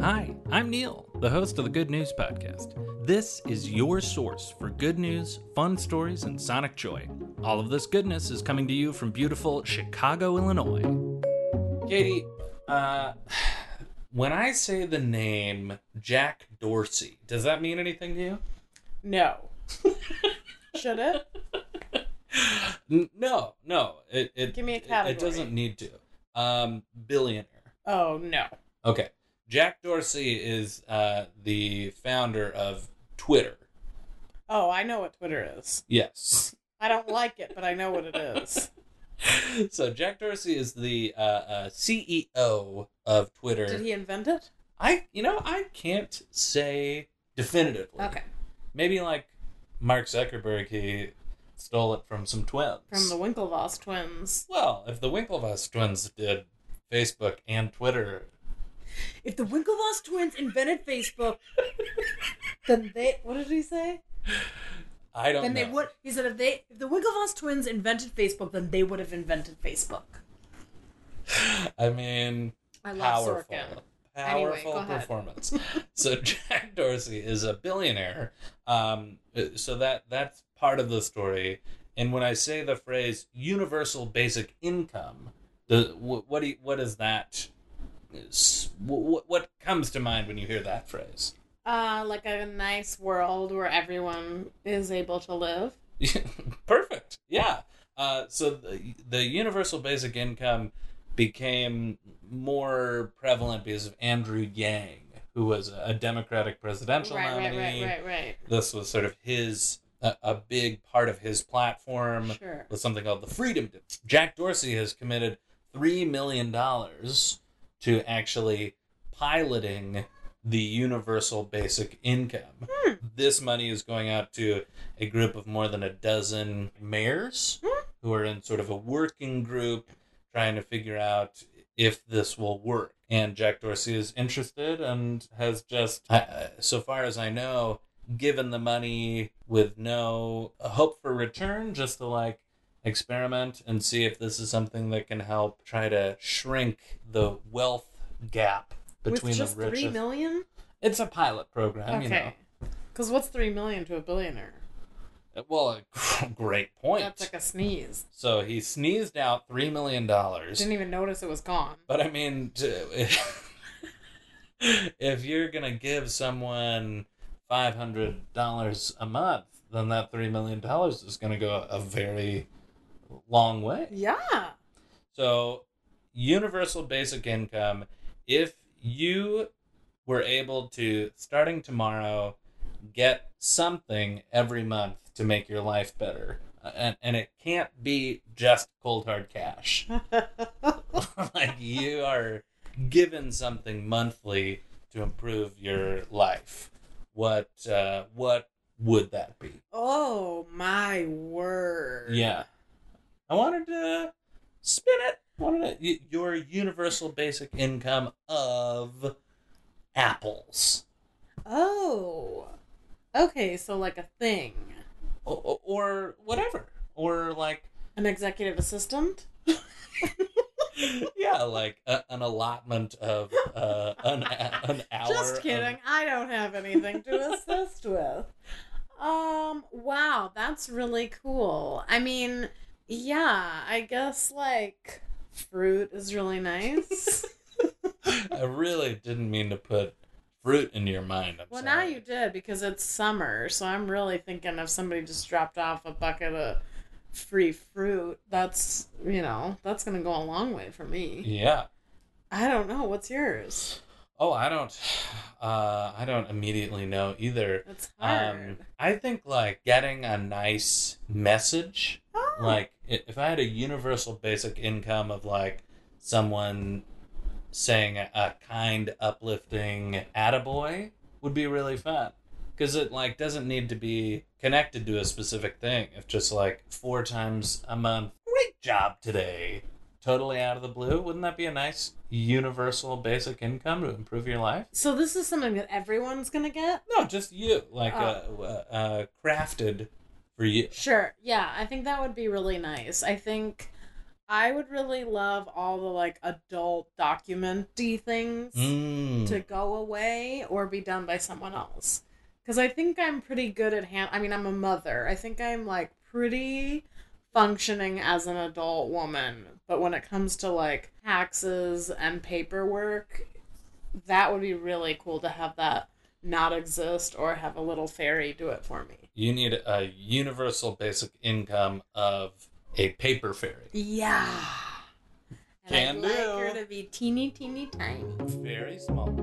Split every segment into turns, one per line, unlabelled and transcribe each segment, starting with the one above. Hi, I'm Neil, the host of the Good News Podcast. This is your source for good news, fun stories, and sonic joy. All of this goodness is coming to you from beautiful Chicago, Illinois. Katie, uh, when I say the name Jack Dorsey, does that mean anything to you?
No. Should it?
N- No, no. It, it
Give me a
it-
category.
It doesn't need to. Um, billionaire.
Oh no.
Okay. Jack Dorsey is uh, the founder of Twitter.
Oh, I know what Twitter is.
Yes.
I don't like it, but I know what it is.
so Jack Dorsey is the uh, uh, CEO of Twitter.
Did he invent it?
I, you know, I can't say definitively. Maybe like Mark Zuckerberg, he stole it from some twins.
From the Winklevoss twins.
well, if the Winklevoss twins did Facebook and Twitter,
If the Winklevoss twins invented Facebook, then they what did he say?
I don't
Then
know.
they would he said if they if the Winklevoss twins invented Facebook, then they would have invented Facebook.
I mean,
I love
powerful,
Sorkin. Anyway,
powerful
go ahead.
performance. so Jack Dorsey is a billionaire. Um, uh, so that that's part of the story. And when I say the phrase universal basic income, the what what, do you, what is that? What, what comes to mind when you hear that phrase?
Uh like a nice world where everyone is able to live.
Perfect. Yeah. Uh, so the, the universal basic income became more prevalent because of Andrew Yang, who was a, a Democratic presidential
Right, right,
nominee.
right, right, right.
This was sort of his a, a big part of his platform
Sure.
was something called the Freedom. Dip. Jack Dorsey has committed three million dollars to actually piloting the universal basic income.
Hmm.
This money is going out to a group of more than a dozen mayors
Hmm?
who are in sort of a working group trying to figure out if this will work. And Jack Dorsey is interested and has just, I- I- so far as I know, given the money with no hope for return, just to like experiment and see if this is something that can help try to shrink the wealth gap between
With just
the richest.
three million?
it's a pilot program, you know.
Okay. Because what's three million to a billionaire?
Well, a great point.
That's like a sneeze.
so he sneezed out three million dollars.
Didn't even notice it was gone.
But I mean, to, if you're gonna give someone five hundred dollars a month, then that three million dollars is gonna go a very long way.
Yeah.
So, universal basic income. If you were able to, starting tomorrow, get something every month to make your life better, and, and it can't be just cold hard cash. like you are given something monthly to improve your life. What uh, what would that be?
oh my word.
Yeah, I wanted to spin it. Wanted to, y- your universal basic income of apples,
Oh. Okay, so like a thing.
or, or whatever, or like
An executive assistant?
yeah, like a, an allotment of uh, an a- an hour.
Just
of-
kidding. I don't have anything to assist with. Um, wow, that's really cool. I mean, yeah, I guess like fruit is really nice.
I really didn't mean to put fruit in your mind. I'm
Well, now
sorry.
you did because it's summer, so I'm really thinking if somebody just dropped off a bucket of free fruit, that's you know that's gonna go a long way for me.
Yeah.
I don't know what's yours.
Oh, I don't. Uh, I don't immediately know either.
It's hard.
Um, I think like getting a nice message.
oh,
Like i- if I had a universal basic income of like someone saying a, a kind, uplifting "attaboy" would be really fun. Because it like doesn't need to be connected to a specific thing. If just like four times a month, great job today, totally out of the blue, wouldn't that be a nice universal basic income to improve your life?
so this is something that everyone's gonna get.
No, just you, like
Oh.
uh, uh, crafted for you.
Sure. Yeah, I think that would be really nice. I think I would really love all the like adult documenty things
Mm.
to go away or be done by someone else. Because I think I'm pretty good at hand. I mean, I'm a mother. I think I'm like pretty functioning as an adult woman. But when it comes to like taxes and paperwork, that would be really cool to have that not exist or have a little fairy do it for me.
You need a universal basic income of a paper fairy.
Yeah.
Can
and I'd
do.
like her to be teeny, teeny, tiny.
Very small.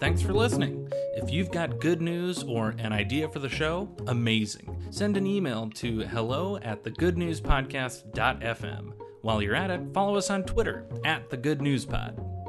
Thanks for listening. If you've got good news or an idea for the show, amazing. Send an email to hello at thegoodnewspodcast.fm. While you're at it, follow us on Twitter at the Good News Pod.